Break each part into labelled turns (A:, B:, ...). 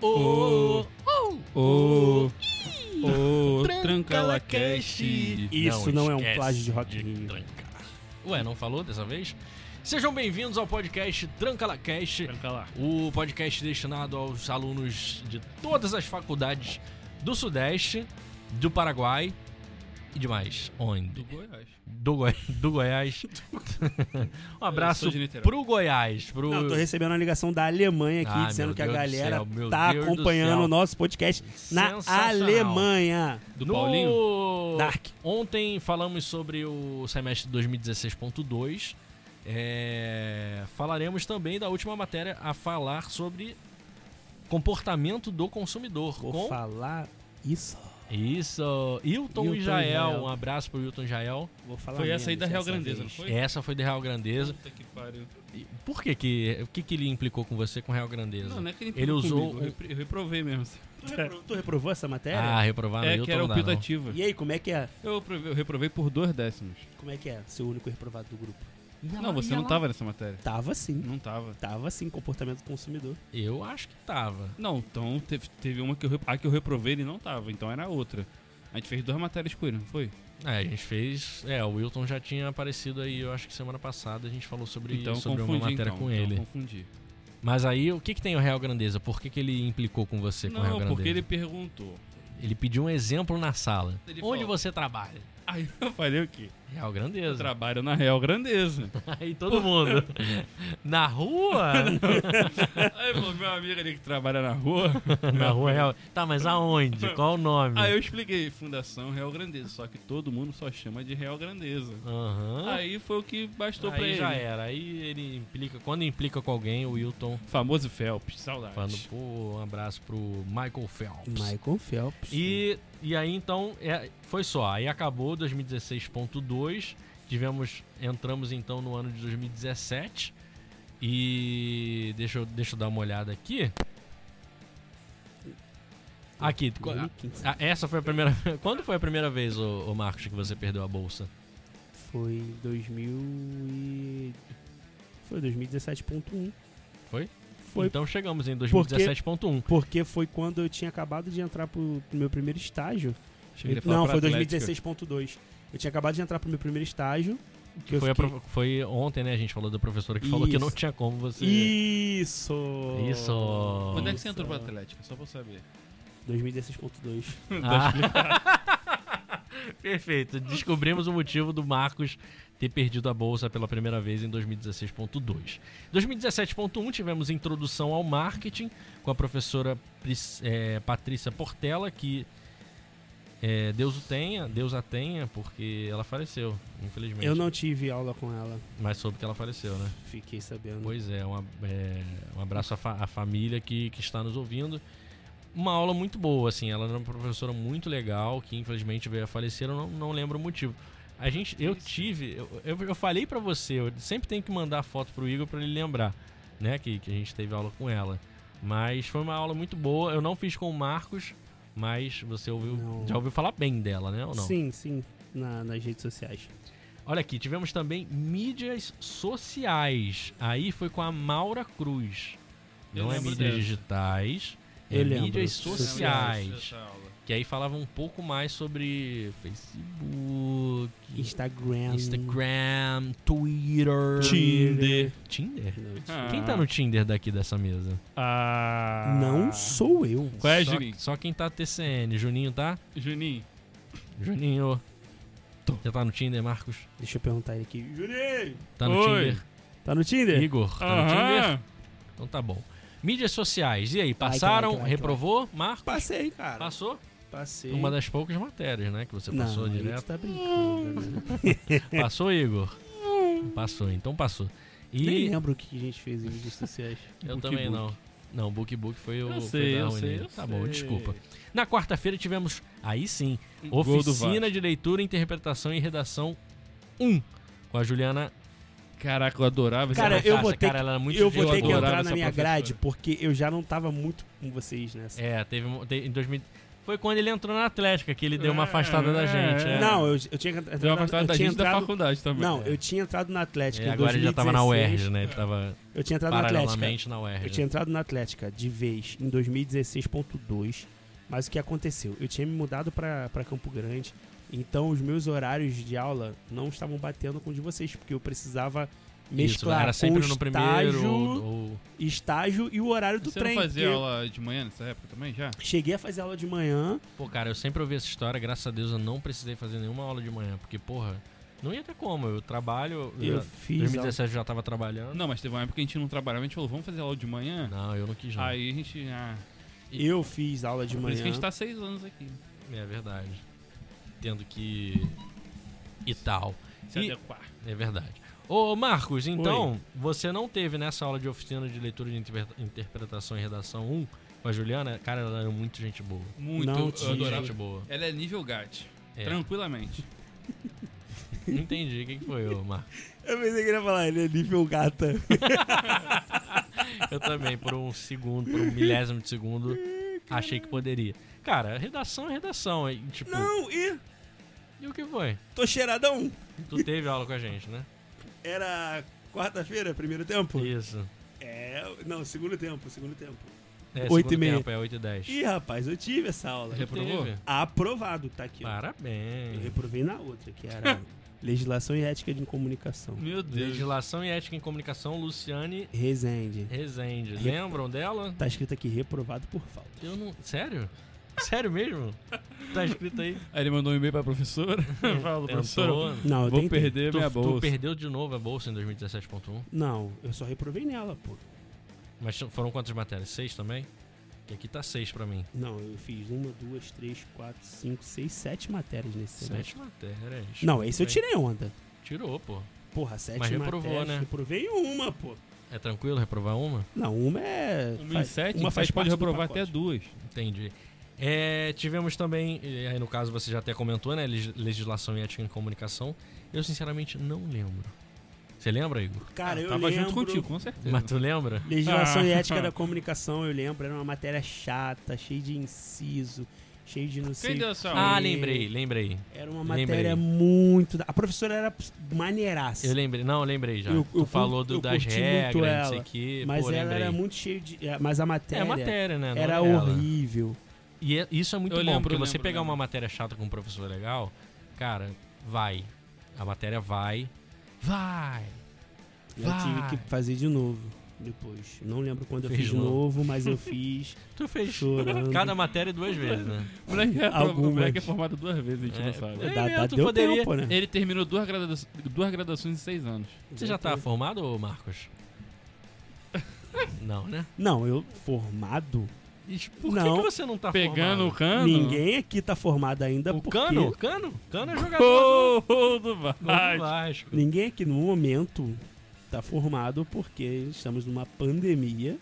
A: Oh,
B: Ô, ô, tranca la cash.
C: Isso não é um
A: esquece
C: plágio de Rock in
A: de
C: Rio.
A: trancar. Ué, não falou dessa vez? Sejam bem-vindos ao podcast Tranca La Cash,
B: Tranca lá.
A: o podcast destinado aos alunos de todas as faculdades do Sudeste, do Paraguai e de mais. Onde?
B: Goiás.
A: Do, Goi- do Goiás. um abraço
B: sou de Niterói.
A: pro Goiás. Pro...
C: Não, eu tô recebendo uma ligação da Alemanha aqui,
A: Ah,
C: dizendo
A: meu
C: que a
A: Deus do
C: galera
A: céu, meu
C: tá
A: Deus do
C: acompanhando
A: céu.
C: o nosso podcast na
A: Sensacional.
C: Alemanha.
B: Do
A: No-
B: Paulinho?
C: Dark.
A: Ontem falamos sobre o semestre 2016.2. É, Falaremos também da última matéria a falar sobre comportamento do consumidor.
C: Vou
A: com
C: falar isso.
A: isso, Hilton,
C: Hilton
A: Jael.
C: Jael.
A: Um abraço pro Hilton Jael.
C: Vou falar
B: Foi essa aí da
C: menos
B: Real
C: dessa
B: Grandeza, não
C: vez.
B: foi?
A: Essa foi de Real Grandeza.
B: Puta que pariu.
A: E Por que que, o que que ele implicou com você com Real Grandeza?
C: né?
B: Não, não é que ele,
A: Ele
B: implicou
A: usou
B: comigo,
A: um-
B: Eu, repre- eu reprovei mesmo.
C: Tu reprovou, tu reprovou essa matéria?
A: ah, reprovar no
B: É,
A: Hilton
B: que era
A: não dá, não.
B: optativa.
C: E aí, como é que é?
B: Eu reprovei, eu reprovei por dois décimos.
C: Como é que é ser o único reprovado do grupo?
B: Não, você não tava nessa matéria.
C: Tava sim.
B: Não tava.
C: Tava sim, comportamento do consumidor.
A: Eu acho que tava.
B: Não, então teve, teve uma que eu, rep- a que eu reprovei ele não tava, então era a outra. A gente fez duas matérias com ele, não foi?
A: É, a gente fez. É, o Wilton já tinha aparecido aí, eu acho que semana passada a gente falou sobre,
B: então
A: sobre uma
B: confundi,
A: matéria
B: então,
A: com
B: então,
A: ele.
B: confundi.
A: Mas aí, o que, que tem o Real Grandeza? Por que, que ele implicou com você com o Real
B: Não,
A: Grandeza?
B: porque ele
A: ele...
B: perguntou.
A: pediu um exemplo na sala.
B: Ele
A: Onde
B: falou.
A: você trabalha?
B: Aí eu falei o quê?
A: Real
B: Eu
A: Grandeza.
B: trabalho na Real Grandeza.
A: Aí todo mundo. na rua?
B: Aí falou, meu amigo ali que trabalha na rua.
A: na rua Real. Tá, mas aonde? Qual o nome?
B: Aí eu expliquei, Fundação Real Grandeza, só que todo mundo só chama de Real Grandeza.
A: Aham.
B: Aí foi o que bastou pra
A: Aí
B: ele.
A: já era. Aí ele implica. Quando implica com alguém, o Wilton.
B: Famoso Phelps, saudade.
A: Falando, pô, um abraço pro Michael Phelps.
C: Michael Phelps.
A: E, e aí então é, foi só. Aí acabou 2016.2. Tivemos. Entramos então no ano de 2017. E deixa eu, deixa eu dar uma olhada aqui. Aqui. co- a-
C: 2015.
A: a- Ah, essa foi a primeira. Quando foi a primeira vez, ô, ô Marcos, que você perdeu a bolsa?
C: Foi 2000 e... Foi 2017.1.
A: Foi?
C: Foi
A: Então chegamos em
C: Porque-
A: 2017.1.
C: porque foi quando eu tinha acabado de entrar pro, pro meu primeiro estágio.
B: Cheguei a falar
C: Não,
B: pra
C: foi
B: Atlética.
C: 2016.2. Eu tinha acabado de entrar pro meu primeiro estágio. Que eu
A: Foi, a
C: fiquei-
A: prof- foi ontem, né? A gente falou da professora que falou que
C: Isso.
A: não tinha como você.
C: Isso!
A: Isso.
B: Quando é que você entrou pra
C: Isso.
B: Atlética? Só pra eu saber.
C: 2016.2.
A: Ah. Perfeito. Descobrimos o motivo do Marcos ter perdido a bolsa pela primeira vez em 2016.2. 2017.1 tivemos introdução ao marketing com a professora Pris- eh, Patrícia Portela, que eh, Deus o tenha, Deus a tenha, porque ela faleceu, infelizmente.
C: Eu não tive aula com ela.
A: Mas soube que ela faleceu, né?
C: Fiquei sabendo.
A: Pois é, uma- é, um abraço à, fa- à família que, que está nos ouvindo. Uma aula muito boa, assim. Ela era uma professora muito legal, que infelizmente veio a falecer, eu não, não lembro o motivo. A gente, eu tive, eu, eu, eu falei pra você, eu sempre tenho que mandar foto pro Igor pra ele lembrar, né, que, que a gente teve aula com ela. Mas foi uma aula muito boa, eu não fiz com o Marcos, mas você ouviu,
C: Não.
A: já ouviu falar bem dela, né, ou não?
C: Sim, sim. na- nas redes sociais.
A: Olha aqui, tivemos também mídias sociais. Aí foi com a Maura Cruz.
B: Eu
A: Não é
B: lembro
A: mídias
B: dessa.
A: digitais, é
C: Eu lembro.
A: mídias
C: Eu lembro
A: sociais.
B: Essa aula.
A: Que aí falava um pouco mais sobre Facebook,
C: Instagram.
A: Instagram, Twitter,
C: Tinder.
A: Tinder?
C: Não, tipo,
B: Ah.
A: Quem tá no Tinder daqui dessa mesa?
B: Ah.
C: Não sou eu.
B: Qual é,
A: só,
B: Juninho?
A: Só quem tá TCN. Juninho tá?
B: Juninho.
A: Juninho. Você tá no Tinder, Marcos?
C: Deixa eu perguntar ele aqui. Juninho!
A: Tá no
B: Oi.
A: Tinder?
C: Tá no Tinder?
A: Igor, tá no Tinder?
B: Aham.
A: Então tá bom. Mídias sociais, e aí? Passaram?
C: like, like,
A: reprovou? Marco?
C: Passei, cara.
A: Passou?
C: Passei.
A: Uma das poucas matérias, né? Que você
C: Não,
A: passou
C: aí tu
A: direto.
C: tá brincando, né?
A: Passou, Igor? Passou, então passou.
C: Nem é um
A: E
C: lembro o que a gente fez em mídias sociais.
A: eu
B: Book
A: também
B: Book.
A: não. Não, Book Book foi o.
B: Eu
A: foi
B: sei,
A: da
B: eu
A: Uni.
B: sei. eu
A: Tá bom,
B: sei.
A: desculpa. Na quarta-feira tivemos, aí sim,
B: Gol do
A: Oficina
B: Vasco.
A: de Leitura, Interpretação e Redação 1. Com a Juliana.
B: Caraca, eu adorava esse
C: Cara,
A: Essa
B: negócio.
C: eu
A: cachaça,
C: vou ter
A: cara,
C: que-
A: ela era muito
C: eu vou ter que
A: violadora.
B: adorava
C: entrar na
B: essa
C: minha
B: professora.
C: grade, porque eu já não tava muito com vocês nessa.
A: É, teve, um- te- em 2000, Foi quando ele entrou na Atlética que ele deu uma afastada da
B: É,
A: gente.
B: é.
A: é.
C: Não, eu, eu tinha entrado.
B: Deu uma afastada
C: eu
B: da
C: tinha
B: gente e da
C: entrado-
B: faculdade também.
C: Não, eu tinha entrado na Atlética.
A: né? É,
C: em
A: agora ele já tava na
C: 2016.
A: UERJ, né? Ele tava
C: Eu tinha entrado na Atlética.
A: paralelamente né? na
C: Tá Eu
A: UERJ.
C: tinha entrado na Atlética de vez em 2016.2, mas o que aconteceu? Eu tinha me mudado pra pra Campo Grande, então os meus horários de aula não estavam batendo com os de vocês, porque eu precisava
A: Isso, né?
C: mesclar
A: era sempre
C: com
A: no
C: estágio,
A: primeiro ou, ou-
C: estágio e o horário do
B: Você
C: trem.
B: não fazia
C: porque
B: aula de manhã nessa época também já?
C: Cheguei a fazer aula de manhã,
A: Pô, cara, eu sempre ouvi essa história, graças a Deus eu não precisei fazer nenhuma aula de manhã, porque, porra, não ia ter como. Eu trabalho,
C: eu,
A: eu,
C: fiz.
A: 2017 eu já tava trabalhando.
B: Não, mas teve uma época que a gente não trabalhava, a gente falou, vamos fazer aula de manhã?
A: Não, eu não quis não.
B: Aí a gente. Ah,
C: aula- Eu fiz aula de
B: por
C: manhã.
B: isso que a gente tá há seis anos aqui.
A: É verdade. Tendo que. E tal.
B: Se
A: E-
B: adequar.
A: É verdade. Ô, Marcos, então, você não teve nessa aula de oficina de leitura de interpre- interpretação e redação 1 com a Juliana? Cara, ela era muito gente boa.
B: Muito,
C: Não
B: eu
C: tinha.
A: Muito
B: adorava.
A: gente boa.
B: Ela é nível GAT,
A: É.
B: tranquilamente.
A: Não entendi. O que, que foi, ô, Marcos?
C: Eu pensei que ele ia falar, ele é nível gata.
A: Eu também, por um segundo, por um milésimo de segundo, achei que poderia. Cara, redação é redação. E, tipo,
C: Não, e
A: e o que foi?
C: tô cheiradão.
A: Tu teve aula com a gente, né?
C: Era quarta-feira, primeiro tempo?
A: Isso.
C: É, não, segundo tempo, segundo tempo.
A: É,
C: Oito e
A: segundo
C: meia.
A: tempo, É 8 e 10.
C: Ih, rapaz, eu tive essa aula.
B: Rep- Reprovou?
A: Teve.
C: Aprovado, tá aqui. ó. Eu
A: Parabéns.
C: reprovei na outra, que era legislação e ética de comunicação.
B: Meu Deus.
A: Legislação e Ética em Comunicação, Luciane
C: Resende.
A: Rezende.
C: Re-
A: Lembram dela?
C: Tá escrito aqui, reprovado por falta.
A: Eu não. Sério? Sério mesmo? Tá escrito aí.
B: Aí ele mandou um e-mail pra professora. Fala,
A: Tentou.
B: professora,
C: Não, eu
B: vou
C: tentei.
B: perder
A: Tu,
B: minha
A: tu
B: bolsa.
A: perdeu de novo a bolsa em 2017.1.
C: Não, eu só reprovei nela, pô.
A: Mas foram quantas matérias? Seis também? Que aqui tá seis pra mim.
C: Não, eu fiz uma, duas, três, quatro, cinco, seis, sete matérias nesse semestre.
A: Sete matérias.
C: Não, esse eu
A: Bem,
C: tirei onda.
A: Tirou, pô.
C: Porra, sete
A: Mas
C: matérias.
A: reprovou, né?
C: Reprovei uma, pô.
A: É tranquilo reprovar uma?
C: Não, uma é.
B: Uma em
C: faz-
B: sete,
C: uma
B: uma
C: faz
B: pode
C: parte do
B: reprovar até
C: pacote.
B: duas.
A: Entendi. É, tivemos também, e aí no caso você já até comentou, né? legis- Legislação e ética em comunicação. Eu sinceramente não lembro. Você lembra, Igor?
C: Cara,
B: Ah,
C: eu
B: Tava
C: lembro.
B: junto contigo, com certeza.
A: Mas tu lembra?
C: Legislação
B: Ah.
C: e ética da comunicação, eu lembro, era uma matéria chata, cheia de inciso, cheia de não
B: Quem
C: sei.
B: deu essa aula?
A: Ah, lembrei, lembrei.
C: Era uma
A: Lembrei.
C: matéria muito. da- A professora era maneiraça.
A: Eu lembrei, não, eu lembrei já.
C: Eu- eu
A: tu
C: cur-
A: falou do-
C: eu
A: das
C: curti muito
A: regras, não sei o
C: ela,
A: que.
C: mas
A: pô,
C: ela
A: lembrei.
C: era muito cheia de. é, Mas a matéria,
A: É matéria, né? Não
C: era
A: ela.
C: horrível.
A: E é- isso é muito
B: Eu
A: bom,
B: lembro,
A: porque
B: eu
A: você
B: lembro,
A: pegar
B: lembro.
A: uma matéria chata com um professor legal, cara, vai. A matéria vai. Vai!
C: E Eu tive
A: Vai.
C: que fazer de novo depois. Não lembro quando eu
A: Fez
C: fiz de
A: de novo.
C: novo, mas eu fiz
A: Tu fez
C: Chorando.
A: cada matéria duas vezes, né?
B: O moleque, é,
C: Algumas.
B: o moleque é formado duas vezes, a gente
A: É,
B: não sabe.
A: é
C: dá- dá-
A: mesmo, tu
C: deu
A: poderia.
C: tempo, né?
B: Ele terminou duas, gradua- duas graduações em seis anos.
A: Você já tá formado, ô Marcos? Não, né?
C: Não, eu formado?
A: Isso, Por que
C: Não.
A: que você não tá
B: Pegando o
A: formado?
B: cano.
C: Ninguém aqui tá formado ainda
A: O
C: porque
A: Cano? Cano? Cano é jogador
B: Gol gol do
A: do,
B: Vasco.
A: do Vasco.
C: ninguém aqui no momento tá formado porque estamos numa pandemia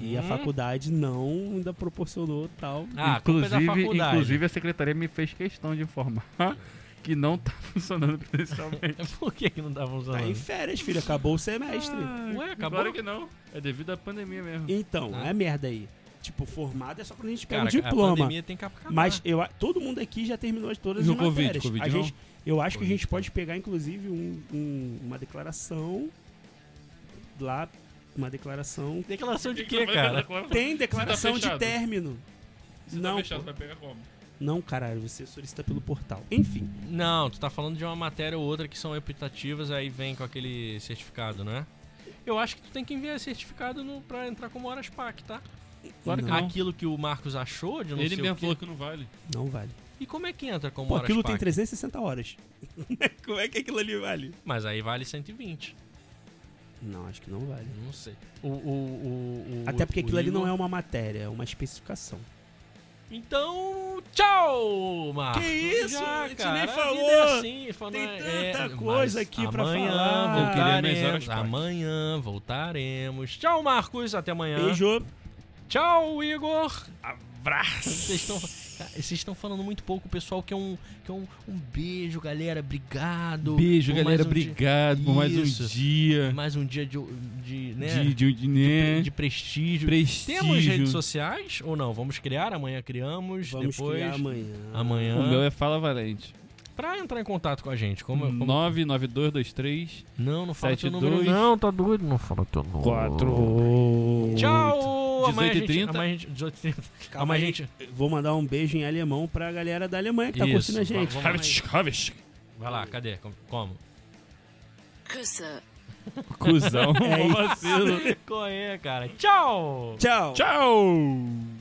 C: e a
A: Uhum.
C: faculdade não ainda proporcionou tal. Tá
A: Ah, a culpa é da faculdade.
B: a secretaria me fez questão de informar que não tá funcionando presencialmente.
A: Por que, que não tá
C: Tá em
A: funcionando?
C: férias, filho, acabou o semestre.
A: É Ué, acabou?
B: Ah, Claro que não. É devido à pandemia mesmo.
C: Então,
A: Ah. Ah.
C: é merda aí. Tipo, formado é só quando a gente pega
A: Cara,
C: o
A: a
C: diploma.
A: pandemia tem que acabar.
C: Mas eu, a- todo mundo aqui já terminou as todas
B: E
C: as
B: o Covid?
C: matérias.
B: Covid
C: a
B: não?
C: gente, eu acho que a gente
A: Covid,
C: pode pegar, inclusive, um- um- uma declaração lá, uma declaração.
A: Declaração de quê, cara?
C: Tem declaração de
B: tá fechado. tá
C: término. não, pô.
B: vai pegar como?
C: não, caralho, você solicita pelo portal. Enfim,
A: Não, tu tá falando de uma matéria ou outra que são repetitivas, aí vem com aquele certificado, não é? Eu acho que tu tem que enviar certificado no, pra entrar como horas PAC, tá?
B: Claro que
C: Não.
B: não.
A: Aquilo que o Marcos achou de não
B: Ele
A: sei
B: mesmo
A: o quê.
B: falou que não vale.
C: não vale.
A: E como é que entra como
C: Pô,
A: horas
C: aquilo tem
A: PAC?
C: 360 horas. Como é que aquilo ali vale?
A: Mas aí vale 120.
C: Não, acho que não vale.
A: Não sei. O, o- o- o-
C: Até porque
A: o
C: aquilo ali não
A: Igor-
C: é uma matéria, é uma especificação.
A: Então, tchau, Marcos.
C: Que isso?
A: Já,
C: A gente
A: cara,
C: nem
A: vida
C: falou.
A: É assim, falou,
C: Tem
A: é,
C: tanta
A: mas
C: coisa aqui pra
A: amanhã
C: falar.
B: queria
C: Eu
B: mais
A: Voltaremos,
B: horas, pai.
A: amanhã voltaremos. Tchau, Marcos. Até amanhã.
C: Beijo.
A: Tchau, Igor.
B: Abraço!
A: Vocês estão. Ca- Vocês estão falando muito pouco, pessoal, que é um, que é um, um beijo, galera. Obrigado.
B: Beijo,
A: por
B: galera.
A: mais um
B: obrigado por mais um
A: Isso.
B: dia.
A: Dia, mais um dia de, de, né,
B: de, de, de, né?
A: de prestígio.
B: prestígio.
A: Temos redes sociais ou não? Vamos criar, amanhã criamos,
C: Vamos
A: depois.
C: criar amanhã.
A: Amanhã.
B: O meu é Fala Valente.
A: Pra entrar em contato com a gente. Como, é, como-
B: 99223.
A: Não, não fala
B: sete,
A: teu número.
B: dois.
A: Não, tá doido, não fala teu número.
C: Quatro.
A: Tchau! Amanhã a gente-
B: 18h30.
A: Amanhã a gente. 18h30.
C: Calma
A: amanhã
C: aí.
A: a gente.
C: Vou mandar um beijo em alemão pra galera da Alemanha que tá
A: Isso,
C: curtindo a gente.
A: vamos- vamos aí.
B: Havish.
A: Vai lá, cadê? Com- Como?
D: Küsse.
B: Cusão.
C: É isso.
B: Vacilo.
A: Qual é, cara? Tchau!
C: Tchau!
B: Tchau.